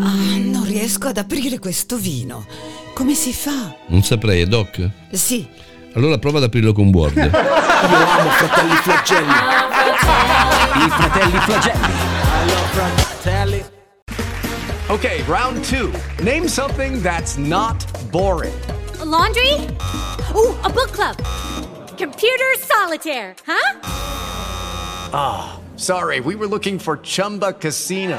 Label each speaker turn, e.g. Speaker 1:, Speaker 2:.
Speaker 1: Ah, non riesco ad aprire questo vino. Come si fa?
Speaker 2: Non saprei, è Doc?
Speaker 1: Sì,
Speaker 2: Allora prova ad aprirlo con Word.
Speaker 3: Io amo fratelli flagelli. I fratelli flagelli.
Speaker 4: Okay, round two. Name something that's not boring.
Speaker 5: laundry? Ooh, a book club. Computer solitaire, huh?
Speaker 4: Sorry, we were looking for Chumba Casino.